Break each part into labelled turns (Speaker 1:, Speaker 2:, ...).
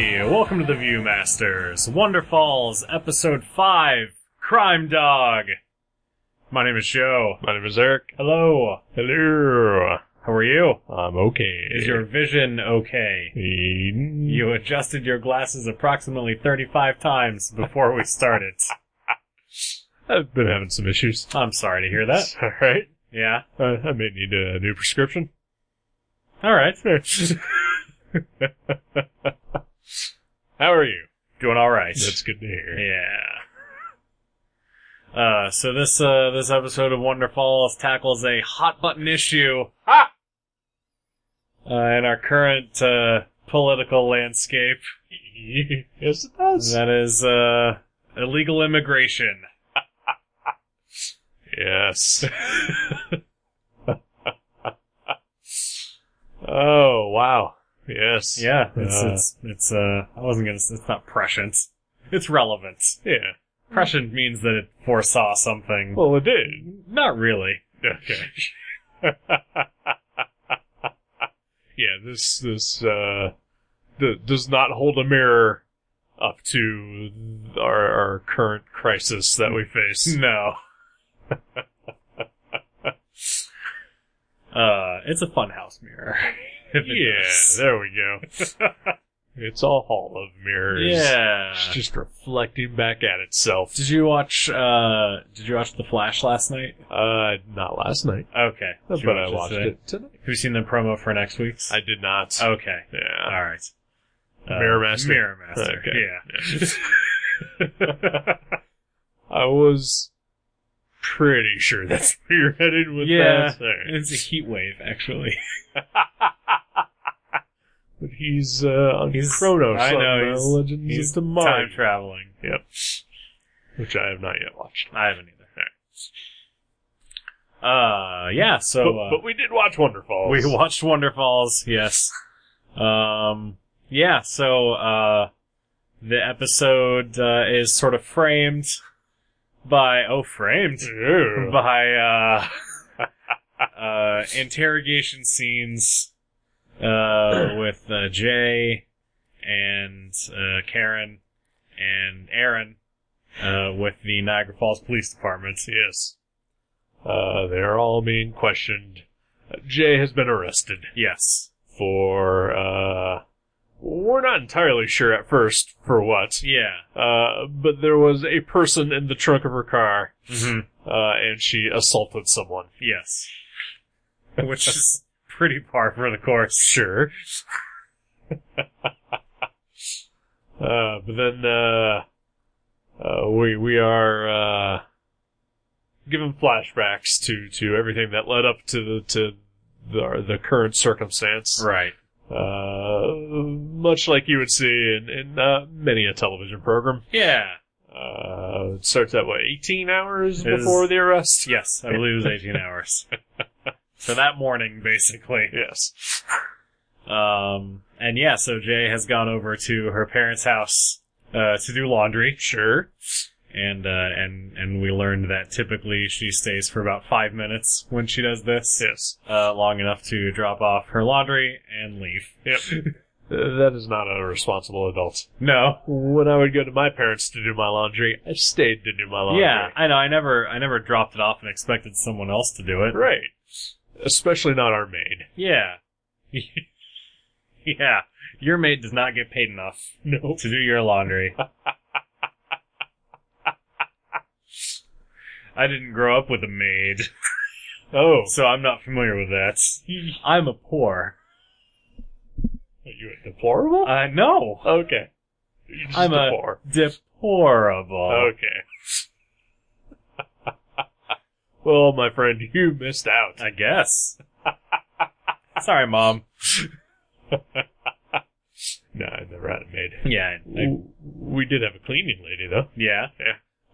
Speaker 1: the Viewmasters, Wonder Falls, Episode 5, Crime Dog. My name is Joe.
Speaker 2: My name is Eric.
Speaker 1: Hello,
Speaker 2: Hello.
Speaker 1: how are you?
Speaker 2: I'm okay.
Speaker 1: Is your vision okay?
Speaker 2: Eden?
Speaker 1: You adjusted your glasses approximately 35 times before we started.
Speaker 2: I've been having some issues.
Speaker 1: I'm sorry to hear that.
Speaker 2: all right.
Speaker 1: Yeah.
Speaker 2: Uh, I may need a new prescription.
Speaker 1: Alright.
Speaker 2: How are you?
Speaker 1: Doing alright.
Speaker 2: That's good to hear.
Speaker 1: Yeah. Uh, so this, uh, this episode of Wonder Falls tackles a hot button issue
Speaker 2: Ah!
Speaker 1: uh, in our current, uh, political landscape.
Speaker 2: yes, it does.
Speaker 1: That is uh, illegal immigration.
Speaker 2: yes. oh, wow. Yes.
Speaker 1: Yeah, it's
Speaker 2: Uh.
Speaker 1: it's it's. Uh, I wasn't gonna. s- It's not prescient. It's relevant.
Speaker 2: Yeah.
Speaker 1: Prescient means that it foresaw something.
Speaker 2: Well, it did.
Speaker 1: not really.
Speaker 2: Okay. yeah, this this uh th- does not hold a mirror up to our our current crisis that we face.
Speaker 1: No. uh, it's a funhouse mirror. If it
Speaker 2: yeah,
Speaker 1: does.
Speaker 2: there we go. it's a hall of mirrors.
Speaker 1: Yeah.
Speaker 2: It's just reflecting back at itself.
Speaker 1: Did you watch? Uh, did you watch The Flash last night?
Speaker 2: Uh, not last night,
Speaker 1: Okay, Did you
Speaker 2: but I
Speaker 1: watch
Speaker 2: watched
Speaker 1: today?
Speaker 2: it tonight.
Speaker 1: Have you seen the promo for next week's?
Speaker 2: I did not.
Speaker 1: okay.
Speaker 2: yeah.
Speaker 1: All right. Uh,
Speaker 2: Mirror Master?
Speaker 1: Mirror Master.
Speaker 2: Okay.
Speaker 1: Yeah.
Speaker 2: I was pretty sure that's where you're headed with
Speaker 1: Yeah.
Speaker 2: that. Alright.
Speaker 1: It's a heat wave, actually.
Speaker 2: But he's uh, on
Speaker 1: He's-
Speaker 2: Chronos
Speaker 1: I know,
Speaker 2: on uh,
Speaker 1: he's-
Speaker 2: Legends
Speaker 1: He's
Speaker 2: of the
Speaker 1: time
Speaker 2: Mind,
Speaker 1: traveling.
Speaker 2: which I have not yet watched.
Speaker 1: I haven't either. Uh, yeah. So
Speaker 2: but,
Speaker 1: uh,
Speaker 2: but we did watch Wonderfalls.
Speaker 1: we watched Wonder Falls. Yes. Um. Yeah. So uh, the episode uh, is sort of framed by oh, framed
Speaker 2: Ew.
Speaker 1: by uh, uh, interrogation scenes uh, with uh, Jay and uh, Karen and Aaron uh, with the Niagara Falls Police Department.
Speaker 2: yes. Uh, they're all being questioned. Uh, Jay has been arrested
Speaker 1: Yes.
Speaker 2: for. Uh, we're not entirely sure at first for what.
Speaker 1: Yeah.
Speaker 2: Uh, but there was a person in the trunk of her car,
Speaker 1: Mhm.
Speaker 2: uh, and she assaulted someone.
Speaker 1: Yes. Which is pretty par for the course.
Speaker 2: Sure. uh, but then uh, uh, we we are uh, given flashbacks to, to everything that led up to the to the, the current circumstance.
Speaker 1: Right.
Speaker 2: Uh, much like you would see in in uh, many a television program.
Speaker 1: Yeah.
Speaker 2: Uh, it starts at what eighteen hours
Speaker 1: Is-
Speaker 2: before the arrest.
Speaker 1: Yes. I believe it was 18 hours. So that morning, basically.
Speaker 2: Yes.
Speaker 1: Um, and yeah, so Jay has gone over to her parents' house uh, to do laundry,
Speaker 2: Sure.
Speaker 1: and uh, and and we learned that typically she stays for about five minutes when she does this,
Speaker 2: Yes.
Speaker 1: uh, long enough to drop off her laundry and leave.
Speaker 2: Yep. Uh, that is not a responsible adult.
Speaker 1: No,
Speaker 2: When I would go to my parents to do my laundry, I stayed to do my laundry.
Speaker 1: yeah, I know. I never I never dropped it off and expected someone else to do it.
Speaker 2: Right. Especially not our maid.
Speaker 1: Yeah, yeah. Your maid does not get paid enough
Speaker 2: Nope.
Speaker 1: to do your laundry. I didn't grow up with a maid.
Speaker 2: Oh.
Speaker 1: so I'm not familiar with that. I'm a poor.
Speaker 2: Are you a deplorable?
Speaker 1: Uh, no.
Speaker 2: okay. You're just
Speaker 1: I'm a-
Speaker 2: deplor-
Speaker 1: Deplorable.
Speaker 2: Okay. well, my friend, you missed out.
Speaker 1: I guess. Sorry, Mom.
Speaker 2: No, I never had a maid.
Speaker 1: Yeah. I-
Speaker 2: W- we did have a cleaning lady, though.
Speaker 1: yeah.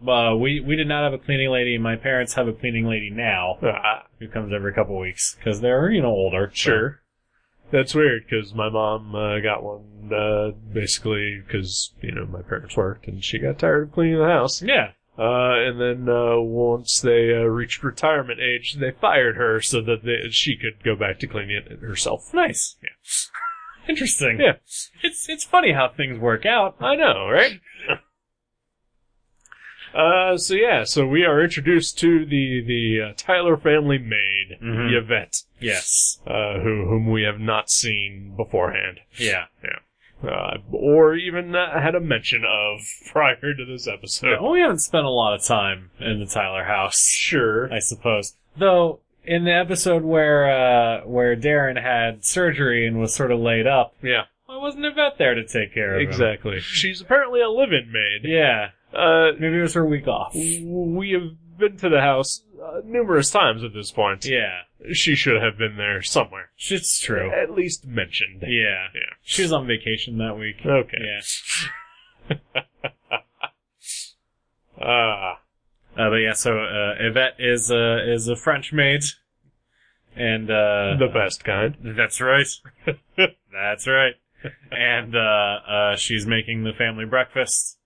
Speaker 1: Uh, we, we did not have a cleaning lady. My parents have a cleaning lady now
Speaker 2: Ah,
Speaker 1: who comes every couple weeks because they're, you know, older. so-
Speaker 2: Sure. That's weird because my mom uh, got one uh, basically because you know my parents worked and she got tired of cleaning the house.
Speaker 1: Yeah.
Speaker 2: Uh, and then uh, once they uh, reached retirement age, they fired her so that they, she could go back to cleaning it herself.
Speaker 1: Nice. Interesting.
Speaker 2: Yeah.
Speaker 1: It's it's funny how things work out.
Speaker 2: I know, right? uh, so yeah, so we are introduced to the the uh, Tyler family maid,
Speaker 1: Mhm.
Speaker 2: Yvette,
Speaker 1: Yes.
Speaker 2: uh, who whom we have not seen beforehand,
Speaker 1: Yeah.
Speaker 2: uh, or even uh, had a mention of prior to this episode.
Speaker 1: Well, we haven't spent a lot of time in the Tyler house,
Speaker 2: Sure.
Speaker 1: I suppose. Though in the episode where uh, where Darren had surgery and was sort of laid up,
Speaker 2: yeah.
Speaker 1: why wasn't Yvette there to take care of him?
Speaker 2: Exactly. She's apparently a live-in maid.
Speaker 1: Yeah.
Speaker 2: Uh,
Speaker 1: Maybe it was her week off.
Speaker 2: we have been to the house uh, numerous times at this point.
Speaker 1: Yeah.
Speaker 2: She should have been there somewhere.
Speaker 1: It's true.
Speaker 2: At least mentioned.
Speaker 1: Yeah. Uh,
Speaker 2: Yeah.
Speaker 1: She was on vacation that week.
Speaker 2: Okay.
Speaker 1: Yeah.
Speaker 2: Ah,
Speaker 1: Uh, but yeah, so uh, Yvette is uh, is a French maid, and uh,
Speaker 2: the best kind.
Speaker 1: That's right. That's right. And uh, uh, she's making the family breakfast.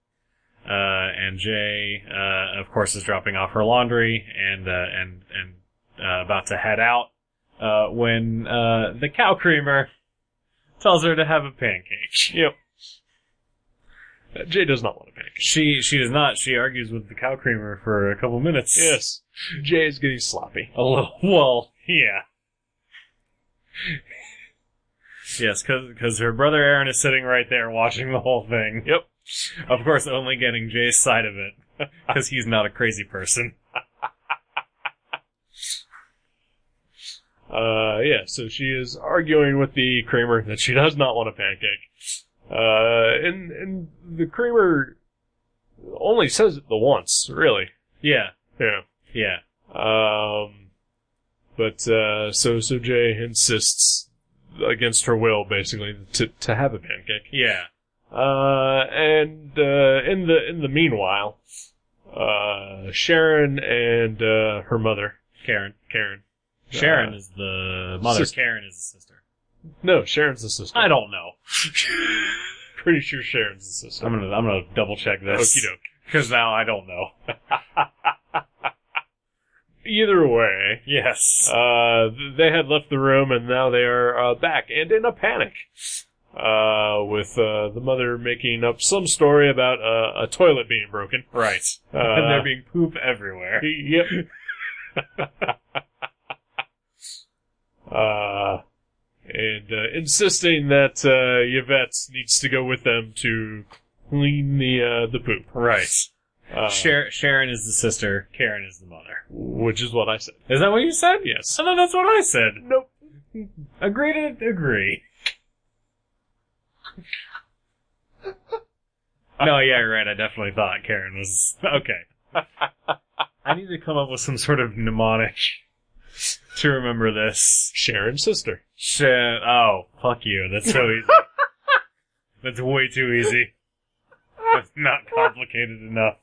Speaker 1: Uh, and Jay, uh, of course, is dropping off her laundry and uh, and and uh, about to head out uh, when uh, the cow creamer tells her to have a pancake.
Speaker 2: Yep. Uh, Jay does not want to panic.
Speaker 1: She she does not. She argues with the cow creamer for a couple minutes.
Speaker 2: Yes. Jay is getting sloppy.
Speaker 1: A little. Well, yeah. yes, because her brother Aaron is sitting right there watching the whole thing.
Speaker 2: Yep.
Speaker 1: Of course, only getting Jay's side of it because he's not a crazy person.
Speaker 2: Uh, yeah, so she is arguing with the creamer that she does not want a pancake. Uh, and, and the creamer only says it the once, really.
Speaker 1: Yeah,
Speaker 2: Yeah.
Speaker 1: yeah,
Speaker 2: Um, but, uh, so, so Jay insists against her will, basically, to, to have a pancake.
Speaker 1: yeah,
Speaker 2: Uh, and uh, in the in the meanwhile, uh, Sharon and uh, her mother
Speaker 1: Karen.
Speaker 2: Karen.
Speaker 1: Sharon
Speaker 2: Uh,
Speaker 1: is the mother.
Speaker 2: sis-
Speaker 1: Karen is the sister.
Speaker 2: no, Sharon's the sister.
Speaker 1: I don't know.
Speaker 2: pretty sure Sharon's the sister.
Speaker 1: I'm gonna I'm gonna double check
Speaker 2: Okie
Speaker 1: this
Speaker 2: doke.
Speaker 1: because now I don't know.
Speaker 2: Either way,
Speaker 1: Yes.
Speaker 2: uh, th- they had left the room and now they are uh, back and in a panic. Uh, with uh, the mother making up some story about uh, a toilet being broken.
Speaker 1: right.
Speaker 2: Uh,
Speaker 1: and there being poop everywhere.
Speaker 2: Yep. uh, and uh, insisting that uh, Yvette needs to go with them to clean the uh, the poop.
Speaker 1: Right.
Speaker 2: Uh,
Speaker 1: Shar Sharon is the sister. Karen is the mother.
Speaker 2: Which is what I said.
Speaker 1: Is that what you said?
Speaker 2: Yes.
Speaker 1: I thought that's what I said.
Speaker 2: Nope.
Speaker 1: Agree to agree. no, yeah, you're right. I definitely thought Karen was okay. I need to come up with some sort of mnemonic to remember this.
Speaker 2: Sharon's sister.
Speaker 1: Shit. Oh, fuck you. That's so easy. That's way too easy. That's not complicated enough.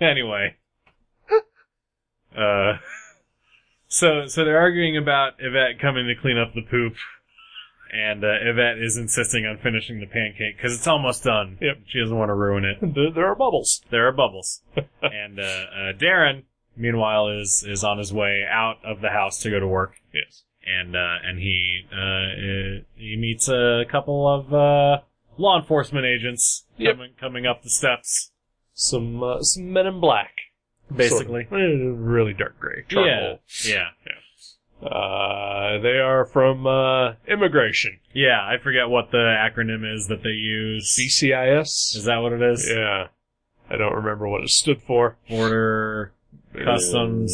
Speaker 1: anyway. Uh. So, so they're arguing about Yvette coming to clean up the poop, and uh, Yvette is insisting on finishing the pancake because it's almost done.
Speaker 2: Yep.
Speaker 1: She doesn't want to ruin it
Speaker 2: There, there are bubbles.
Speaker 1: there are bubbles. and uh, uh, Darren, meanwhile, is is on his way out of the house to go to work,
Speaker 2: Yes.
Speaker 1: and uh, and he uh, uh, he meets a couple of uh, law enforcement agents
Speaker 2: Yep.
Speaker 1: coming coming up the steps,
Speaker 2: Some uh, some men in black.
Speaker 1: basically.
Speaker 2: Sort of. Eh, really dark gray. charcoal.
Speaker 1: Yeah,
Speaker 2: Uh, they are from uh, immigration.
Speaker 1: yeah, yeah. I forget what the acronym is that they use.
Speaker 2: BCIS.
Speaker 1: Is that what it is?
Speaker 2: Yeah. I don't remember what it stood for.
Speaker 1: Border Customs.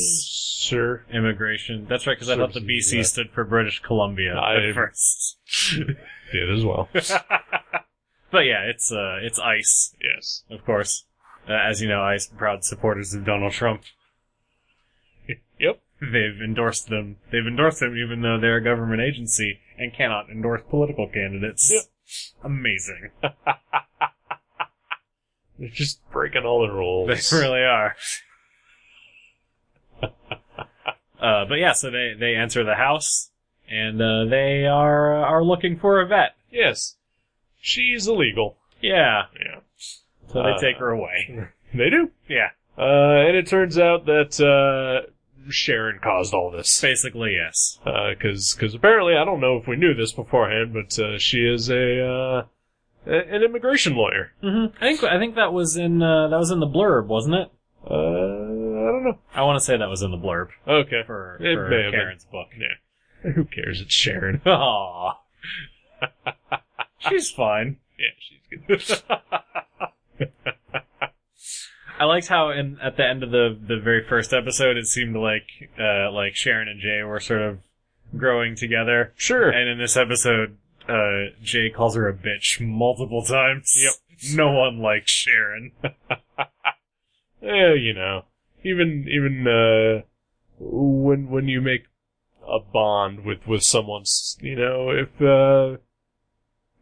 Speaker 2: Sure.
Speaker 1: Immigration. That's right, because I thought the
Speaker 2: Services,
Speaker 1: BC
Speaker 2: yeah.
Speaker 1: stood for British Columbia
Speaker 2: I-
Speaker 1: at first.
Speaker 2: Did as well.
Speaker 1: But yeah, it's uh, it's ICE.
Speaker 2: yes.
Speaker 1: of course. Uh, as you know, I proud supporters of Donald Trump.
Speaker 2: Yep.
Speaker 1: They've endorsed them. They've endorsed them even though they're a government agency and cannot endorse political candidates.
Speaker 2: Yep.
Speaker 1: Amazing.
Speaker 2: They're just breaking all the
Speaker 1: They
Speaker 2: rules.
Speaker 1: really are. uh, but yeah, so they, they enter the house and uh, they are are looking for a vet.
Speaker 2: Yes. She's illegal.
Speaker 1: Yeah.
Speaker 2: Yeah. Uh,
Speaker 1: So they take her away.
Speaker 2: They do.
Speaker 1: Yeah.
Speaker 2: Uh, and it turns out that, uh, Sharon caused all this.
Speaker 1: Basically, yes.
Speaker 2: because because Uh, apparently I don't know if we knew this beforehand, but uh, she is a uh, a- an immigration lawyer.
Speaker 1: hmm I think I think that was in uh, that was in the blurb, wasn't it?
Speaker 2: Uh, I don't know.
Speaker 1: I want to say that was in the blurb
Speaker 2: Okay,
Speaker 1: for,
Speaker 2: It
Speaker 1: for
Speaker 2: may have been.
Speaker 1: Karen's book.
Speaker 2: who cares? It's Sharon.
Speaker 1: Aww. She's fine.
Speaker 2: Yeah, she's good.
Speaker 1: I liked how in at the end of the the very first episode, it seemed like uh, like Sharon and Jay were sort of growing together,
Speaker 2: sure.
Speaker 1: and in this episode, uh, Jay calls her a bitch multiple times.
Speaker 2: Yep.
Speaker 1: No one likes Sharon.
Speaker 2: Eh, you know, even even uh, when when you make a bond with with someone, s- you know, if uh,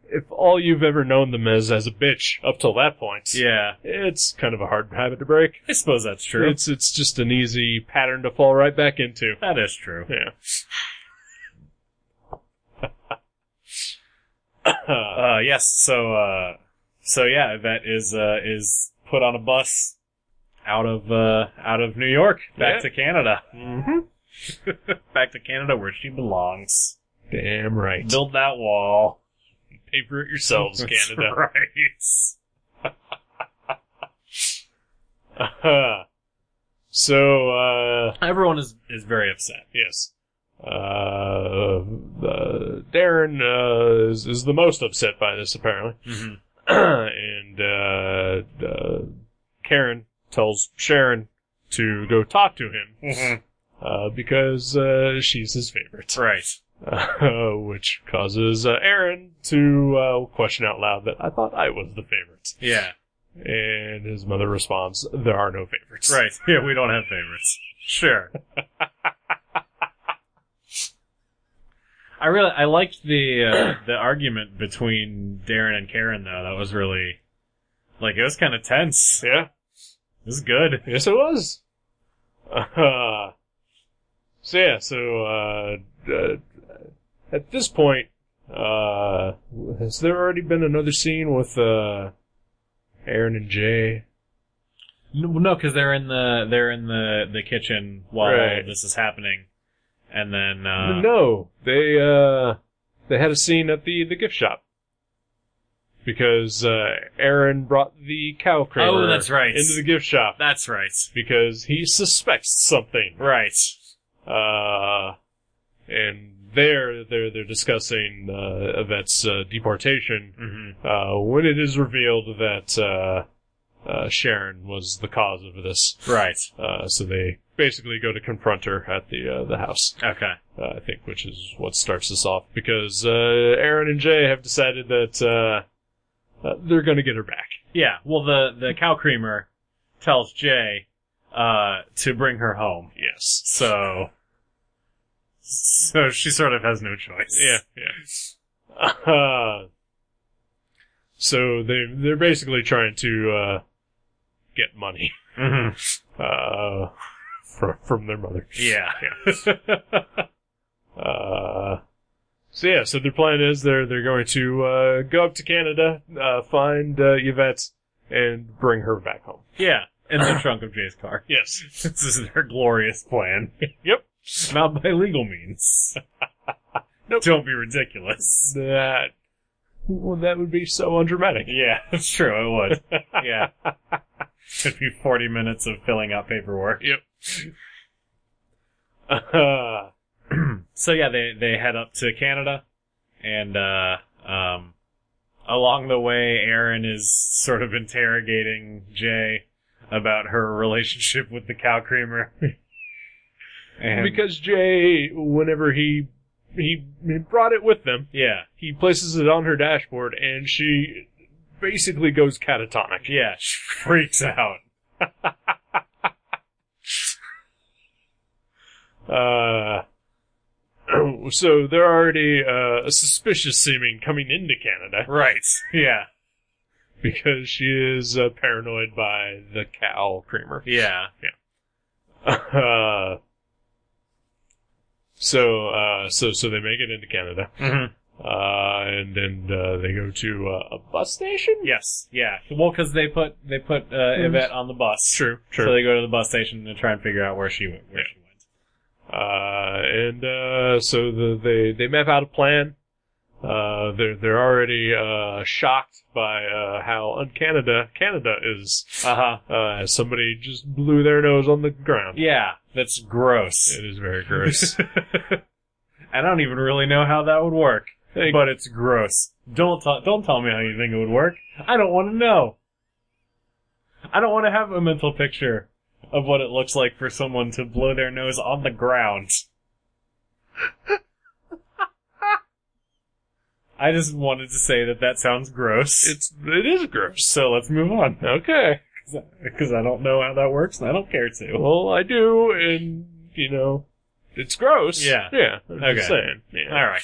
Speaker 2: if all you've ever known them as as a bitch up till that point,
Speaker 1: yeah,
Speaker 2: it's kind of a hard habit to break.
Speaker 1: I suppose that's true.
Speaker 2: It's it's just an easy pattern to fall right back into.
Speaker 1: that is true.
Speaker 2: Yeah.
Speaker 1: Uh, yes. So, uh, so yeah, Yvette is uh, is put on a bus out of uh, out of New York back to
Speaker 2: Yeah.
Speaker 1: Canada,
Speaker 2: mm-hmm.
Speaker 1: back to Canada where she belongs.
Speaker 2: Damn right.
Speaker 1: Build that wall,
Speaker 2: paper it yourselves,
Speaker 1: That's
Speaker 2: Canada.
Speaker 1: Right.
Speaker 2: Uh-huh. so, uh,
Speaker 1: Everyone is is very upset.
Speaker 2: yes. Uh, uh, Darren uh, is, is the most upset by this, apparently.
Speaker 1: Mm-hmm.
Speaker 2: and uh, uh, Karen tells Sharon to go talk to him uh, because uh, she's his favorite.
Speaker 1: Right.
Speaker 2: uh, which causes uh, Aaron to uh, question out loud that I thought I was the favorite.
Speaker 1: Yeah.
Speaker 2: And his mother responds, There are no favorites.
Speaker 1: Right. Yeah. We don't have favorites. Sure. I really I liked the uh, the argument between Darren and Karen though. That was really like it was kind of tense.
Speaker 2: Yeah,
Speaker 1: This is good.
Speaker 2: yes, it was. Uh, so, yeah, so uh, uh, at this point, uh, has there already been another scene with uh, Aaron and Jay?
Speaker 1: No, because they're in the they're in the the kitchen while
Speaker 2: Right.
Speaker 1: this is happening, and then uh,
Speaker 2: no, they uh, they had a scene at the the gift shop because uh, Aaron brought the cow crater.
Speaker 1: Oh, that's right.
Speaker 2: Into the gift shop
Speaker 1: that's right,
Speaker 2: because he suspects something.
Speaker 1: right,
Speaker 2: Uh, and there they're they're discussing uh, Yvette's uh, deportation
Speaker 1: hmm
Speaker 2: uh, when it is revealed that uh, uh, Sharon was the cause of this.
Speaker 1: right,
Speaker 2: Uh, so they basically go to confront her at the uh, the house
Speaker 1: okay,
Speaker 2: uh, I think, which is what starts this off because uh, Aaron and Jay have decided that uh, uh, they're going to get her back.
Speaker 1: yeah. Well, the the cow creamer tells Jay uh, to bring her home,
Speaker 2: Yes.
Speaker 1: so so she sort of has no choice.
Speaker 2: Yeah. Yeah. Uh, so they they're basically trying to uh, get money
Speaker 1: Mhm.
Speaker 2: uh, from from their mother.
Speaker 1: yeah,
Speaker 2: Uh, so yeah, so their plan is they're they're going to uh, go up to Canada, uh, find uh, Yvette, and bring her back home.
Speaker 1: yeah. In the trunk of Jay's car.
Speaker 2: Yes.
Speaker 1: This is their glorious plan.
Speaker 2: Yep.
Speaker 1: Not by legal means.
Speaker 2: Nope.
Speaker 1: Don't be ridiculous.
Speaker 2: That well, that would be so undramatic.
Speaker 1: Yeah, that's true. It would. Yeah. It'd be 40 minutes of filling out paperwork.
Speaker 2: Yep. Uh,
Speaker 1: So yeah, they, they head up to Canada and, uh, um, along the way, Erin is sort of interrogating Jay about her relationship with the cow creamer. and,
Speaker 2: because Jay, whenever he, he he brought it with them,
Speaker 1: yeah,
Speaker 2: he places it on her dashboard, and she basically goes catatonic.
Speaker 1: yeah, she freaks out.
Speaker 2: Uh, so they're already uh, suspicious seeming coming into Canada
Speaker 1: Right. Yeah.
Speaker 2: because she is uh, paranoid by the cow creamer.
Speaker 1: Yeah.
Speaker 2: Uh, so uh, so so they make it into Canada,
Speaker 1: Mm-hmm.
Speaker 2: uh, and and uh, they go to uh, a bus station.
Speaker 1: Yes. Yeah. Well, because they put they put uh,
Speaker 2: Mhm.
Speaker 1: Yvette on the bus.
Speaker 2: true,
Speaker 1: So they go to the bus station to try and figure out where she went. Where she went.
Speaker 2: Uh, and uh, so the, they they map out a plan. Uh, they're they're already uh, shocked by uh, how uncanada Canada is.
Speaker 1: Uh huh.
Speaker 2: Uh, somebody just blew their nose on the ground.
Speaker 1: Yeah, that's gross.
Speaker 2: It is very gross.
Speaker 1: I don't even really know how that would work,
Speaker 2: Hey,
Speaker 1: but it's gross. Don't t- don't tell me how you think it would work. I don't want to know. I don't want to have a mental picture of what it looks like for someone to blow their nose on the ground. I just wanted to say that that sounds gross.
Speaker 2: it's it is gross.
Speaker 1: so let's move on
Speaker 2: Okay.
Speaker 1: because I don't know how that works and I don't care to.
Speaker 2: Well, I do, and you know, it's gross.
Speaker 1: Yeah.
Speaker 2: Yeah. I'm just
Speaker 1: Okay.
Speaker 2: saying. Yeah.
Speaker 1: All right.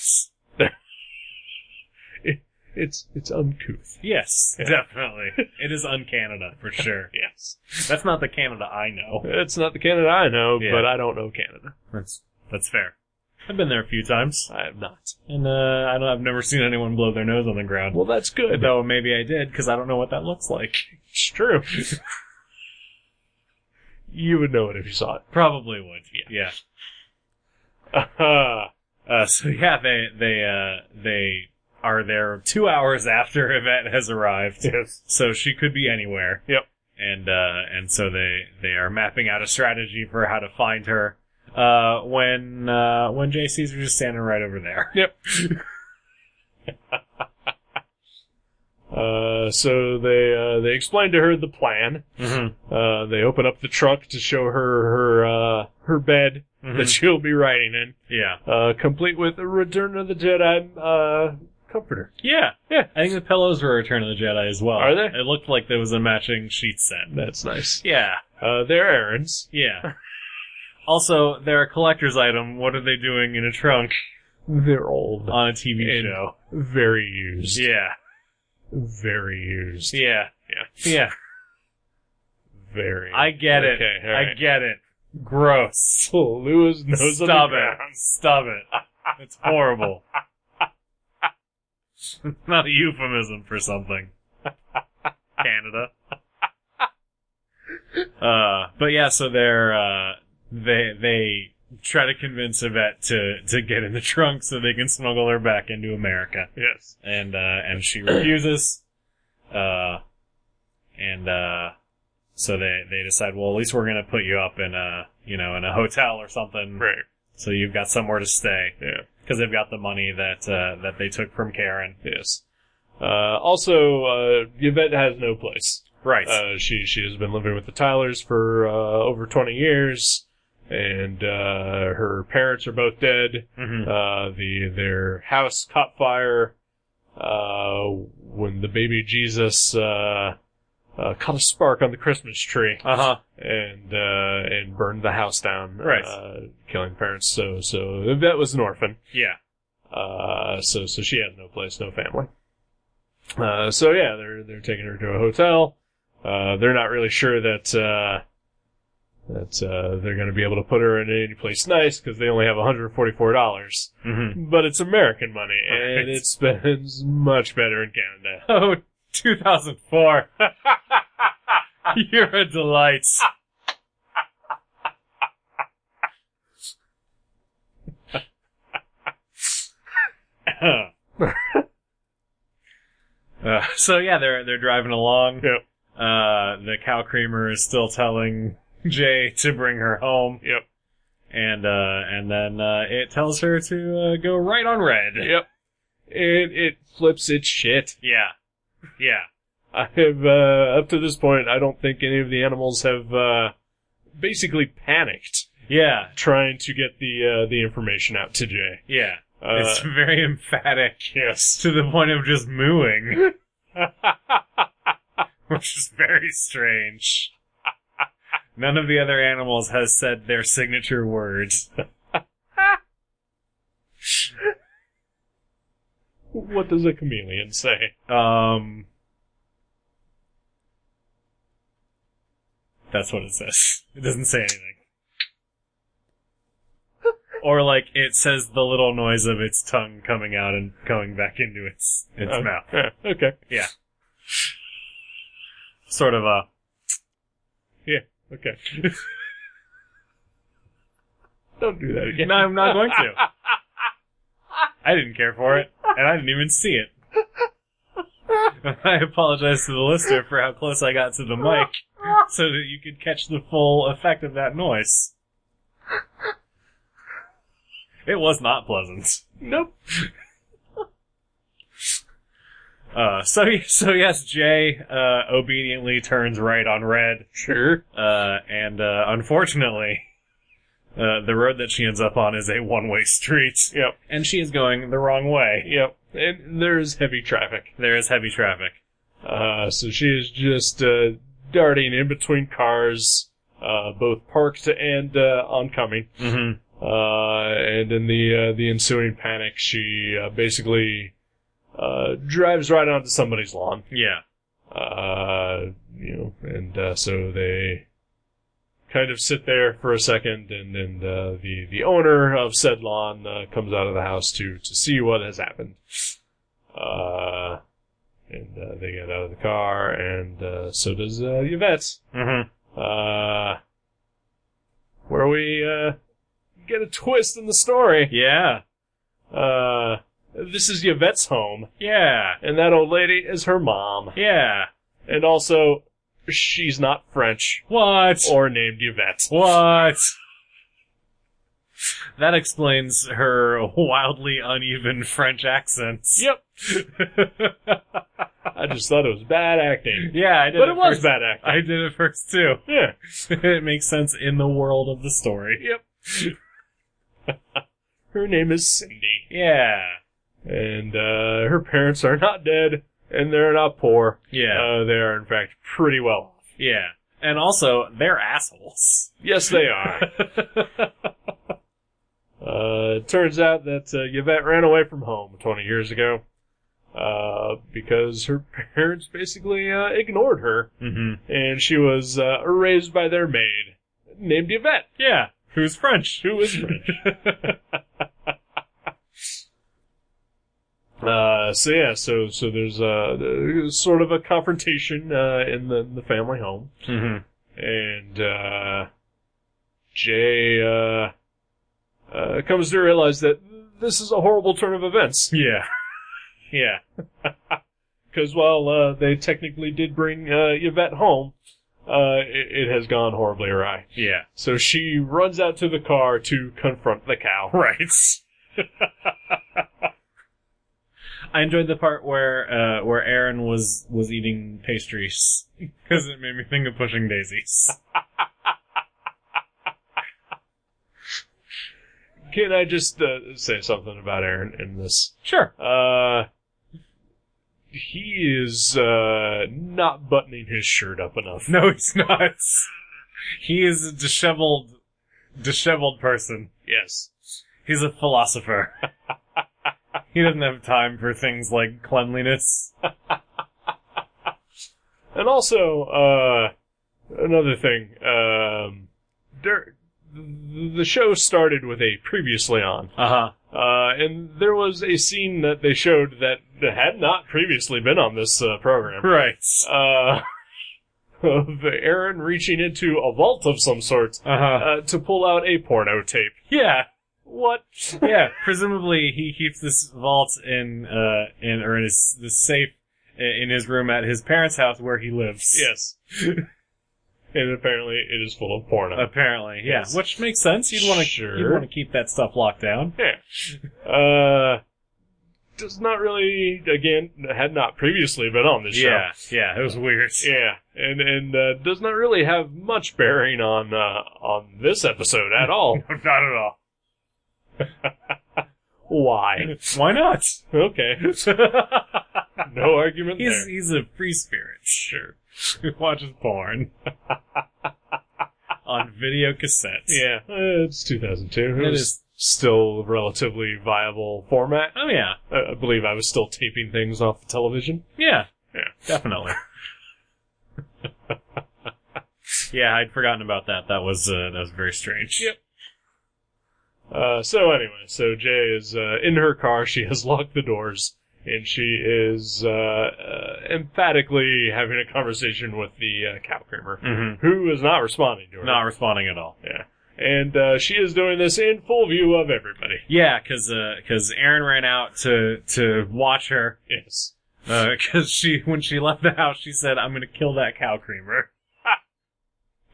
Speaker 2: It's it's uncouth.
Speaker 1: Yes,
Speaker 2: Yeah.
Speaker 1: definitely. it is uncanada for sure.
Speaker 2: Yes.
Speaker 1: That's not the Canada I know.
Speaker 2: It's not the Canada I know,
Speaker 1: Yeah.
Speaker 2: but I don't know Canada.
Speaker 1: That's that's fair. I've been there a few times,
Speaker 2: I have not.
Speaker 1: and uh, I don't, I've never seen anyone blow their nose on the ground.
Speaker 2: Well, that's good.
Speaker 1: Though maybe I did because I don't know what that looks like.
Speaker 2: It's true. you would know it if you saw it.
Speaker 1: Probably would. Yeah.
Speaker 2: Uh,
Speaker 1: Uh, so yeah, they they uh, they are there two hours after Yvette has arrived.
Speaker 2: yes.
Speaker 1: so she could be anywhere.
Speaker 2: Yep.
Speaker 1: And uh, and so they they are mapping out a strategy for how to find her. Uh, when uh, when Jay sees her just standing right over there.
Speaker 2: Yep. Uh, so they uh, they explain to her the plan.
Speaker 1: Mm-hmm.
Speaker 2: Uh, they open up the truck to show her her uh, her bed that she'll be riding in,
Speaker 1: Yeah.
Speaker 2: uh, complete with a Return of the Jedi uh, comforter.
Speaker 1: Yeah.
Speaker 2: Yeah.
Speaker 1: I think the pillows were Return of the Jedi as well.
Speaker 2: Are they?
Speaker 1: It looked like there was a matching sheet set.
Speaker 2: That's nice.
Speaker 1: Yeah.
Speaker 2: Uh, they're errands.
Speaker 1: Yeah. also, they're a collector's item. What are they doing in a trunk
Speaker 2: They're old.
Speaker 1: on a TV
Speaker 2: Uh, And-
Speaker 1: show?
Speaker 2: very used.
Speaker 1: Yeah.
Speaker 2: Very used.
Speaker 1: Yeah. Yeah. Yeah.
Speaker 2: Very.
Speaker 1: I get it.
Speaker 2: Okay, all
Speaker 1: I
Speaker 2: right.
Speaker 1: get it. Gross.
Speaker 2: Pull Lua's nose on the
Speaker 1: Stop it.
Speaker 2: ground.
Speaker 1: Stop it. It's horrible. It's not a euphemism for something. Canada. Uh, but yeah, so they're, uh, they, they try to convince Yvette to, to get in the trunk so they can smuggle her back into America.
Speaker 2: Yes.
Speaker 1: And, uh, and she refuses. Uh, and, uh, so they, they decide, well, at least we're gonna put you up in a, you know, in a hotel or something.
Speaker 2: Right.
Speaker 1: So you've got somewhere to stay
Speaker 2: Yeah.
Speaker 1: because they've got the money that uh, that they took from Karen.
Speaker 2: Yes. Uh, also, uh, Yvette has no place.
Speaker 1: Right.
Speaker 2: Uh, she she has been living with the Tylers for uh, over twenty years, and uh, her parents are both dead.
Speaker 1: hmm
Speaker 2: Uh, the their house caught fire uh, when the baby Jesus uh, uh, caught a spark on the Christmas tree.
Speaker 1: Uh huh.
Speaker 2: and uh, and burned the house down,
Speaker 1: Right.
Speaker 2: Uh, killing parents. So so Yvette was an orphan.
Speaker 1: Yeah.
Speaker 2: Uh, so so she has no place, no family. Uh, so yeah, they're they're taking her to a hotel. Uh, they're not really sure that uh, that uh, they're going to be able to put her in any place nice because they only have 144 dollars,
Speaker 1: Mm-hmm.
Speaker 2: but it's American money
Speaker 1: Right.
Speaker 2: and it spends much better in Canada.
Speaker 1: Oh, 2004. You're a delight. Uh, so yeah, they're they're driving along.
Speaker 2: Yep.
Speaker 1: Uh, the cow creamer is still telling Jay to bring her home.
Speaker 2: Yep.
Speaker 1: and uh, and then uh, it tells her to uh, go right on red.
Speaker 2: Yep. It it flips its shit.
Speaker 1: Yeah, yeah,
Speaker 2: I have uh, up to this point, I don't think any of the animals have uh, basically panicked
Speaker 1: yeah,
Speaker 2: trying to get the uh, the information out to Jay.
Speaker 1: yeah.
Speaker 2: Uh,
Speaker 1: it's very emphatic
Speaker 2: yes,
Speaker 1: to the point of just mooing, which is very strange. None of the other animals has said their signature words.
Speaker 2: what does a chameleon say?
Speaker 1: Um, that's what it says. It doesn't say anything. Or like it says the little noise of its tongue coming out and going back into its its
Speaker 2: Uh,
Speaker 1: mouth.
Speaker 2: yeah, okay,
Speaker 1: Sort of a
Speaker 2: okay. Don't do that again.
Speaker 1: No, I'm not going to. I didn't care for it, and I didn't even see it. I apologize to the listener for how close I got to the mic so that you could catch the full effect of that noise. It was not pleasant.
Speaker 2: Nope.
Speaker 1: Uh, so, so yes, Jay uh, obediently turns right on red,
Speaker 2: Sure.
Speaker 1: uh, and uh, unfortunately, uh, the road that she ends up on is a one-way street,
Speaker 2: Yep.
Speaker 1: and she is going the wrong way.
Speaker 2: Yep. And there's heavy traffic.
Speaker 1: There is heavy traffic.
Speaker 2: Uh, so she is just uh, darting in between cars, uh, both parked and uh, oncoming.
Speaker 1: hmm
Speaker 2: Uh, and in the uh, the ensuing panic, she uh, basically uh, drives right onto somebody's lawn.
Speaker 1: Yeah.
Speaker 2: Uh, you know, and uh, so they kind of sit there for a second, and then uh, the the owner of said lawn uh, comes out of the house to to see what has happened. Uh, and uh, they get out of the car, and uh, so does uh, Yvette.
Speaker 1: hmm
Speaker 2: Uh, where we uh, get a twist in the story.
Speaker 1: Yeah.
Speaker 2: Uh, this is Yvette's home,
Speaker 1: Yeah.
Speaker 2: and that old lady is her mom.
Speaker 1: Yeah.
Speaker 2: And also, she's not French
Speaker 1: What?
Speaker 2: or named Yvette.
Speaker 1: what? That explains her wildly uneven French accents.
Speaker 2: Yep. I just thought it was bad acting.
Speaker 1: Yeah, I did.
Speaker 2: But it was
Speaker 1: first.
Speaker 2: bad acting.
Speaker 1: I did it first too.
Speaker 2: yeah.
Speaker 1: it makes sense in the world of the story.
Speaker 2: Yep. her name is Cindy.
Speaker 1: Yeah.
Speaker 2: And uh, her parents are not dead, and they're not poor.
Speaker 1: Yeah.
Speaker 2: Uh, they are, in fact, pretty well off.
Speaker 1: yeah. And also, they're assholes.
Speaker 2: Yes, they are. uh, it turns out that uh, Yvette ran away from home 20 years ago uh, because her parents basically uh, ignored her,
Speaker 1: hmm
Speaker 2: and she was uh, raised by their maid named Yvette,
Speaker 1: Yeah. Who's French?
Speaker 2: who was French. Uh, so yeah, so so there's uh, there's sort of a confrontation uh, in the the family home.
Speaker 1: hmm
Speaker 2: Mm-hmm. and uh, Jay uh, uh, comes to realize that this is a horrible turn of events.
Speaker 1: Yeah. yeah.
Speaker 2: Because while uh, they technically did bring uh, Yvette home, uh, it, it has gone horribly awry.
Speaker 1: Yeah.
Speaker 2: So she runs out to the car to confront the cow.
Speaker 1: Right. I enjoyed the part where uh, where Aaron was was eating pastries because it made me think of pushing daisies.
Speaker 2: Can I just uh, say something about Aaron in this?
Speaker 1: Sure.
Speaker 2: Uh, he is uh, not buttoning his shirt up enough.
Speaker 1: No, he's not. He is a disheveled, disheveled person.
Speaker 2: Yes.
Speaker 1: He's a philosopher. he doesn't have time for things like cleanliness.
Speaker 2: And also, uh, another thing, um, there, the show started with a previously on,
Speaker 1: Uh huh.
Speaker 2: uh, and there was a scene that they showed that had not previously been on this uh, program,
Speaker 1: Right.
Speaker 2: uh, of Aaron reaching into a vault of some sort
Speaker 1: Uh huh.
Speaker 2: uh, to pull out a porno tape.
Speaker 1: Yeah.
Speaker 2: What?
Speaker 1: yeah, presumably he keeps this vault in uh in or in his this safe i- in his room at his parents' house where he lives.
Speaker 2: Yes. and apparently, it is full of porno.
Speaker 1: Apparently, yeah,
Speaker 2: Yes.
Speaker 1: which makes sense. You'd want to
Speaker 2: Sure.
Speaker 1: you'd want to keep that stuff locked down.
Speaker 2: Yeah. Uh, does not really, again, had not previously been on this
Speaker 1: Yeah, yeah, it was weird.
Speaker 2: show. Yeah. And and uh, does not really have much bearing on uh, on this episode at all.
Speaker 1: Not at all.
Speaker 2: Why?
Speaker 1: Why not?
Speaker 2: Okay. No argument
Speaker 1: he's
Speaker 2: there.
Speaker 1: he's a free spirit. Sure, he watches porn on video cassettes.
Speaker 2: Yeah, uh, it's 2002. It,
Speaker 1: It
Speaker 2: was
Speaker 1: is-
Speaker 2: still a relatively viable format.
Speaker 1: Oh yeah.
Speaker 2: I, I believe I was still taping things off the television.
Speaker 1: Yeah.
Speaker 2: Yeah.
Speaker 1: Definitely. yeah, I'd forgotten about that. That was uh, that was very strange.
Speaker 2: Yep. Uh, so anyway, so Jay is uh, in her car. She has locked the doors, and she is uh, uh, emphatically having a conversation with the uh, cow creamer,
Speaker 1: hmm
Speaker 2: who is not responding to her.
Speaker 1: Not responding at all.
Speaker 2: Yeah. and uh, she is doing this in full view of everybody.
Speaker 1: Yeah, because because Aaron ran out to to watch her
Speaker 2: Yes.
Speaker 1: because she when she left the house she said I'm gonna kill that cow creamer.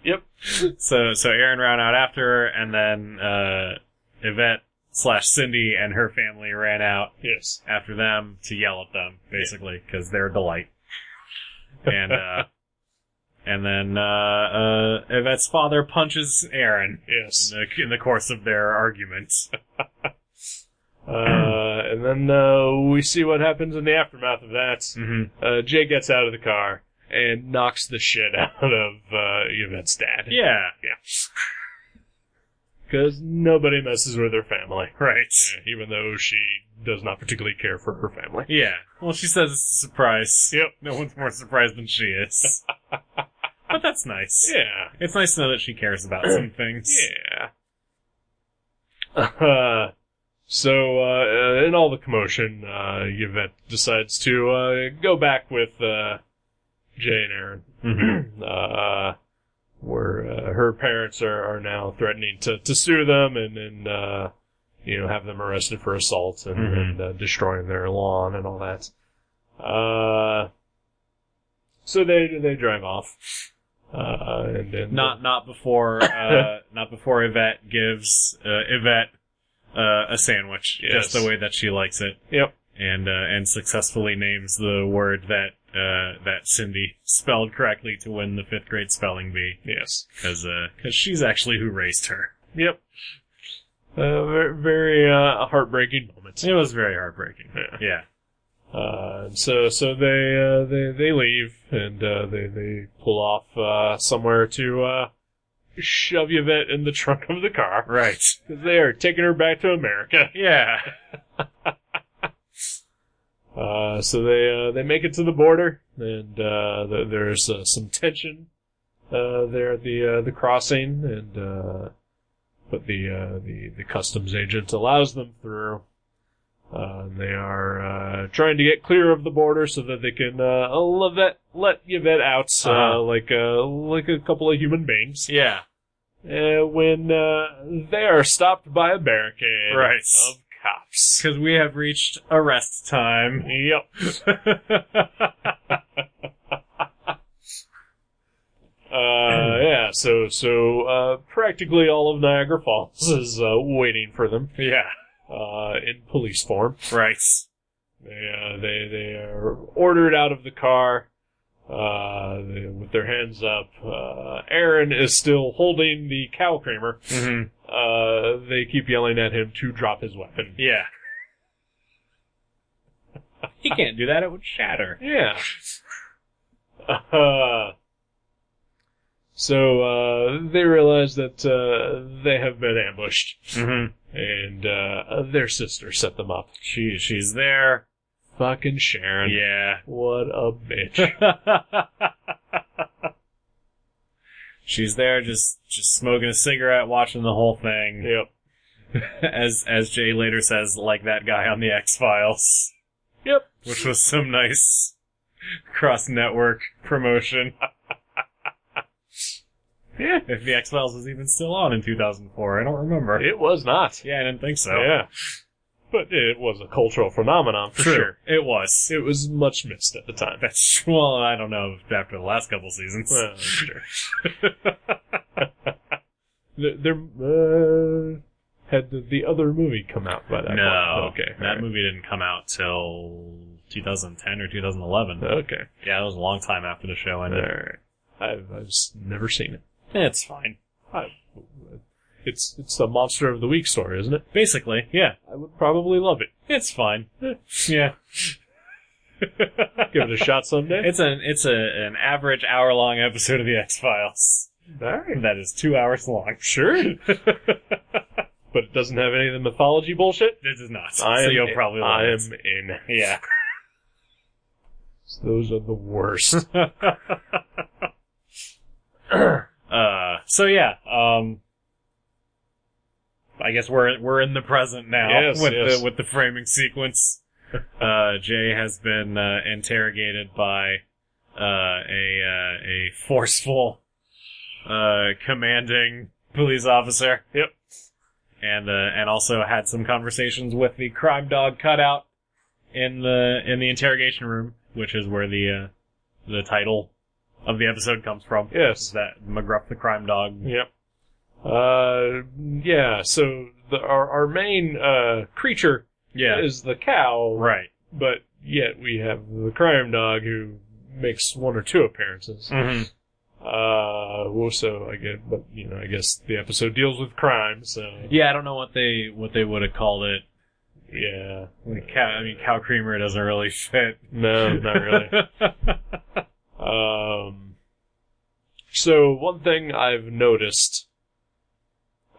Speaker 2: Yep.
Speaker 1: So so Aaron ran out after her, and then uh, Yvette slash Cindy and her family ran out
Speaker 2: Yes.
Speaker 1: after them to yell at them basically because they're a delight. And uh, and then uh, uh, Yvette's father punches Aaron
Speaker 2: Yes.
Speaker 1: in the in the course of their argument.
Speaker 2: Uh, and then uh, we see what happens in the aftermath of that.
Speaker 1: hmm
Speaker 2: Uh, Jay gets out of the car and knocks the shit out of uh, Yvette's dad.
Speaker 1: Yeah,
Speaker 2: Because nobody messes with her family.
Speaker 1: right.
Speaker 2: Yeah, even though she does not particularly care for her family.
Speaker 1: Yeah. Well, she says it's a surprise.
Speaker 2: Yep.
Speaker 1: No one's more surprised than she is. but that's nice.
Speaker 2: Yeah.
Speaker 1: It's nice to know that she cares about some things.
Speaker 2: Yeah. Uh, so, uh, in all the commotion, uh, Yvette decides to, uh, go back with, uh, Jay and Aaron.
Speaker 1: Mhm.
Speaker 2: uh, where uh, her parents are, are now threatening to, to sue them and, and uh, you know have them arrested for assault and,
Speaker 1: Mhm.
Speaker 2: and uh, destroying their lawn and all that. Uh, so they they drive off. Uh, and, and
Speaker 1: Not not before uh, not before Yvette gives uh, Yvette uh, a sandwich,
Speaker 2: Yes.
Speaker 1: just the way that she likes it,
Speaker 2: yep
Speaker 1: and uh, and successfully names the word that uh, that Cindy spelled correctly to win the fifth grade spelling bee,
Speaker 2: yes
Speaker 1: because she's actually who raised her.
Speaker 2: yep. Uh, very very uh, heartbreaking moment.
Speaker 1: It was very heartbreaking.
Speaker 2: Yeah.
Speaker 1: Yeah.
Speaker 2: Uh, so so they uh, they they leave and uh, they they pull off uh, somewhere to uh, shove Yvette in the trunk of the car
Speaker 1: Right.
Speaker 2: 'cause they are taking her back to America.
Speaker 1: Yeah.
Speaker 2: Uh, so they uh, they make it to the border and uh, th- there's uh, some tension uh, there at the uh, the crossing and uh, but the uh, the the customs agent allows them through. Uh, and they are uh, trying to get clear of the border so that they can uh, let let Yvette out uh,
Speaker 1: Uh-huh.
Speaker 2: like uh, like a couple of human beings.
Speaker 1: Yeah.
Speaker 2: Uh, when uh, they are stopped by a barricade
Speaker 1: Right.
Speaker 2: of cops.
Speaker 1: Because we have reached arrest time.
Speaker 2: Yep. Uh, yeah, so, so, uh, practically all of Niagara Falls is, uh, waiting for them,
Speaker 1: Yeah.
Speaker 2: uh, in police form.
Speaker 1: Right.
Speaker 2: They, uh, they, they are ordered out of the car, uh, they- with their hands up. Uh, Aaron is still holding the cow creamer.
Speaker 1: hmm
Speaker 2: Uh, they keep yelling at him to drop his weapon.
Speaker 1: Yeah. he can't do that, it would shatter.
Speaker 2: Yeah. Uh, so uh, they realize that uh, they have been ambushed,
Speaker 1: Mm-hmm.
Speaker 2: and uh, their sister set them up.
Speaker 1: She, she's there.
Speaker 2: Fucking Sharon.
Speaker 1: Yeah.
Speaker 2: What a bitch.
Speaker 1: she's there just, just smoking a cigarette, watching the whole thing.
Speaker 2: yep.
Speaker 1: As, as Jay later says, like that guy on the X-Files.
Speaker 2: Yep.
Speaker 1: Which was some nice cross-network promotion.
Speaker 2: Yeah.
Speaker 1: If the X Files was even still on in 2004, I don't remember.
Speaker 2: It was not.
Speaker 1: Yeah, I didn't think so.
Speaker 2: Yeah. But it was a cultural phenomenon for
Speaker 1: True.
Speaker 2: sure.
Speaker 1: It was.
Speaker 2: It was much missed at the time.
Speaker 1: That's well, I don't know if after the last couple seasons.
Speaker 2: Well, sure. there, there uh, had the, the other movie come out by that point.
Speaker 1: no,
Speaker 2: Okay.
Speaker 1: that movie didn't come out till 2010 or 2011.
Speaker 2: alright. Okay.
Speaker 1: Yeah, that was a long time after the show
Speaker 2: All
Speaker 1: ended.
Speaker 2: right. I've I've s- never seen it.
Speaker 1: It's fine,
Speaker 2: I, it's it's the monster of the week story, isn't it?
Speaker 1: basically. Yeah,
Speaker 2: I would probably love it.
Speaker 1: it's fine. yeah,
Speaker 2: Give it a shot someday.
Speaker 1: it's an it's a an average hour long episode of the X Files
Speaker 2: all right.
Speaker 1: that is two hours long.
Speaker 2: Sure. but it doesn't have any of the mythology bullshit.
Speaker 1: This is not.
Speaker 2: I
Speaker 1: so
Speaker 2: am
Speaker 1: you'll
Speaker 2: in-
Speaker 1: probably love
Speaker 2: I
Speaker 1: it.
Speaker 2: am in.
Speaker 1: Yeah.
Speaker 2: Those are the worst.
Speaker 1: Uh, so yeah, um, I guess we're we're in the present now
Speaker 2: Yes,
Speaker 1: with
Speaker 2: yes.
Speaker 1: the with the framing sequence. Uh, Jay has been uh, interrogated by uh, a uh, a forceful, uh, commanding police officer.
Speaker 2: Yep.
Speaker 1: And uh, and also had some conversations with the crime dog cutout in the in the interrogation room, which is where the uh, the title of the episode comes from. Is
Speaker 2: Yes.
Speaker 1: that McGruff the crime dog?
Speaker 2: Yep. Uh, yeah. So the, our our main uh creature
Speaker 1: Yeah.
Speaker 2: is the cow,
Speaker 1: Right.
Speaker 2: but yet we have the crime dog who makes one or two appearances.
Speaker 1: hmm
Speaker 2: Uh, well, so I get, but you know, I guess the episode deals with crime, so
Speaker 1: Yeah, I don't know what they what they would have called it.
Speaker 2: yeah.
Speaker 1: Like cow, I mean, cow creamer doesn't really fit.
Speaker 2: No, not really. um, so one thing I've noticed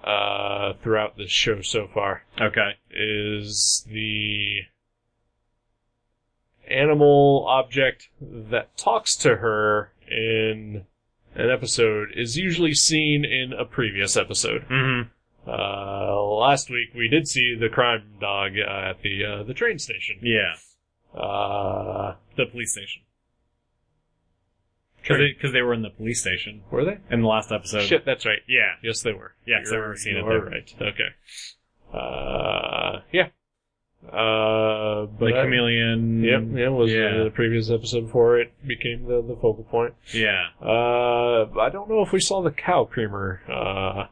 Speaker 2: uh, throughout this show so far
Speaker 1: okay.
Speaker 2: is the animal object that talks to her in an episode is usually seen in a previous episode.
Speaker 1: hmm
Speaker 2: Uh, last week we did see the crime dog uh, at the uh, the train station.
Speaker 1: Yeah.
Speaker 2: Uh,
Speaker 1: The police station. Because
Speaker 2: Train.
Speaker 1: they, 'cause they were in the police station
Speaker 2: were they?
Speaker 1: in the last episode.
Speaker 2: Shit, that's right.
Speaker 1: Yeah.
Speaker 2: Yes, they were.
Speaker 1: Yes, I
Speaker 2: You're-
Speaker 1: remember seeing
Speaker 2: you
Speaker 1: it
Speaker 2: are
Speaker 1: there.
Speaker 2: right. Okay. Uh, yeah. Uh, but
Speaker 1: The
Speaker 2: I-
Speaker 1: chameleon.
Speaker 2: Yep, yeah, it was
Speaker 1: Hmm. Yeah.
Speaker 2: The, the previous episode before it became the, the focal point.
Speaker 1: Yeah.
Speaker 2: Uh, I don't know if we saw the cow creamer. Uh,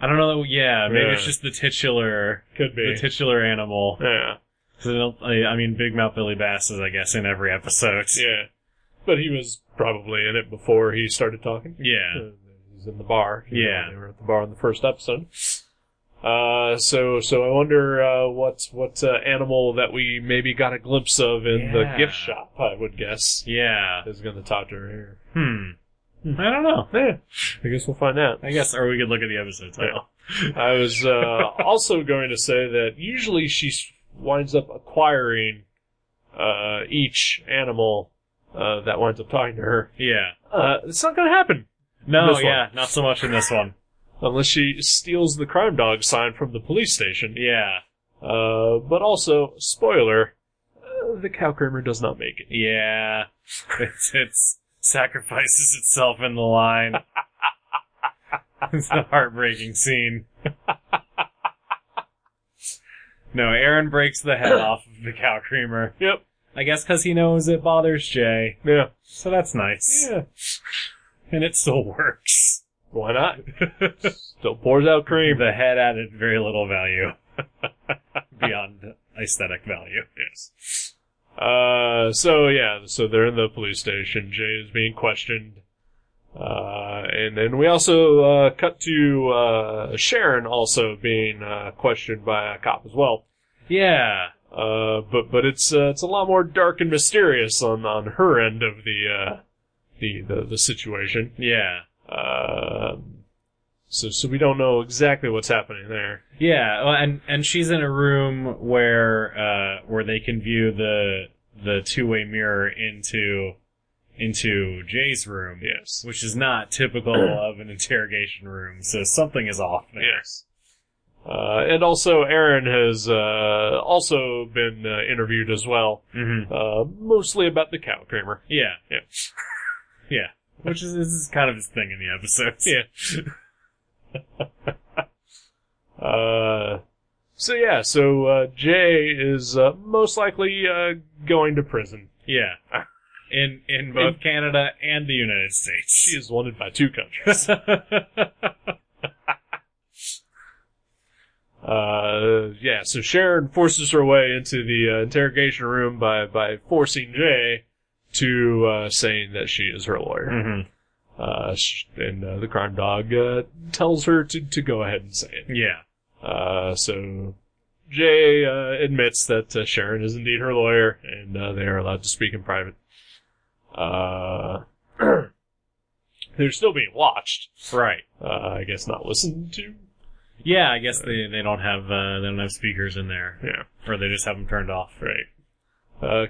Speaker 1: I don't know. Yeah. Maybe
Speaker 2: Yeah.
Speaker 1: it's just the titular,
Speaker 2: could
Speaker 1: the titular animal.
Speaker 2: yeah,
Speaker 1: 'Cause I don't- I I mean, Big Mouth Billy Bass is, I guess, in every episode.
Speaker 2: yeah. But he was probably in it before he started talking.
Speaker 1: Yeah.
Speaker 2: Uh, he's in the bar. You know,
Speaker 1: Yeah.
Speaker 2: they were at the bar in the first episode. Uh, so so I wonder uh, what what uh, animal that we maybe got a glimpse of in the
Speaker 1: Yeah.
Speaker 2: gift shop. I would guess
Speaker 1: Yeah.
Speaker 2: is going to talk to her here.
Speaker 1: Hmm. I don't know.
Speaker 2: Yeah, I guess we'll find out.
Speaker 1: I guess, or we could look at the episode title.
Speaker 2: I was uh, also going to say that usually she s- winds up acquiring uh, each animal uh, that winds up talking to her.
Speaker 1: Yeah.
Speaker 2: Uh, it's not going to happen.
Speaker 1: No,
Speaker 2: This one.
Speaker 1: yeah, not so much in this one.
Speaker 2: Unless she steals the crime dog sign from the police station.
Speaker 1: Yeah,
Speaker 2: Uh, but also, spoiler, uh, the cow creamer does not make it.
Speaker 1: yeah. It's, it's sacrifices itself in the line. it's a heartbreaking scene. no, Aaron breaks the head off of the cow creamer.
Speaker 2: Yep.
Speaker 1: I guess because he knows it bothers Jay,
Speaker 2: Yeah.
Speaker 1: so that's nice.
Speaker 2: Yeah.
Speaker 1: And it still works.
Speaker 2: Why not? Still pours out cream.
Speaker 1: The head added very little value beyond aesthetic value.
Speaker 2: Yes. Uh, so yeah, so they're in the police station. Jay is being questioned. Uh, and then we also, uh, cut to, uh, Sharon also being, uh, questioned by a cop as well.
Speaker 1: Yeah.
Speaker 2: Uh, but, but it's, uh, it's a lot more dark and mysterious on, on her end of the, uh, the, the, the situation.
Speaker 1: Yeah.
Speaker 2: Um, so, so we don't know exactly what's happening there.
Speaker 1: Yeah, well, and and she's in a room where uh where they can view the the two-way mirror into into Jay's room,
Speaker 2: Yes.
Speaker 1: which is not typical of an interrogation room. So something is off there.
Speaker 2: Yes. Uh, and also, Aaron has uh, also been uh, interviewed as well,
Speaker 1: hmm
Speaker 2: uh, mostly about the cow creamer.
Speaker 1: Yeah.
Speaker 2: Yeah.
Speaker 1: Yeah. Which is, this is kind of his thing in the episodes.
Speaker 2: Yeah. Uh, so yeah, so uh, Jay is uh, most likely uh, going to prison.
Speaker 1: Yeah. In in both Canada and the United States.
Speaker 2: She is wanted by two countries. Uh, yeah, so Sharon forces her way into the uh, interrogation room by by forcing Jay to uh, saying that she is her lawyer.
Speaker 1: hmm
Speaker 2: Uh, sh- and uh, the crime dog uh, tells her to, to go ahead and say it.
Speaker 1: Yeah.
Speaker 2: Uh, so Jay uh, admits that uh, Sharon is indeed her lawyer, and uh, they are allowed to speak in private. Uh, they're still being watched.
Speaker 1: Right.
Speaker 2: Uh, I guess not listened to.
Speaker 1: Yeah, I guess they, they don't have uh, they don't have speakers in there,
Speaker 2: Yeah,
Speaker 1: or they just have them turned off.
Speaker 2: right.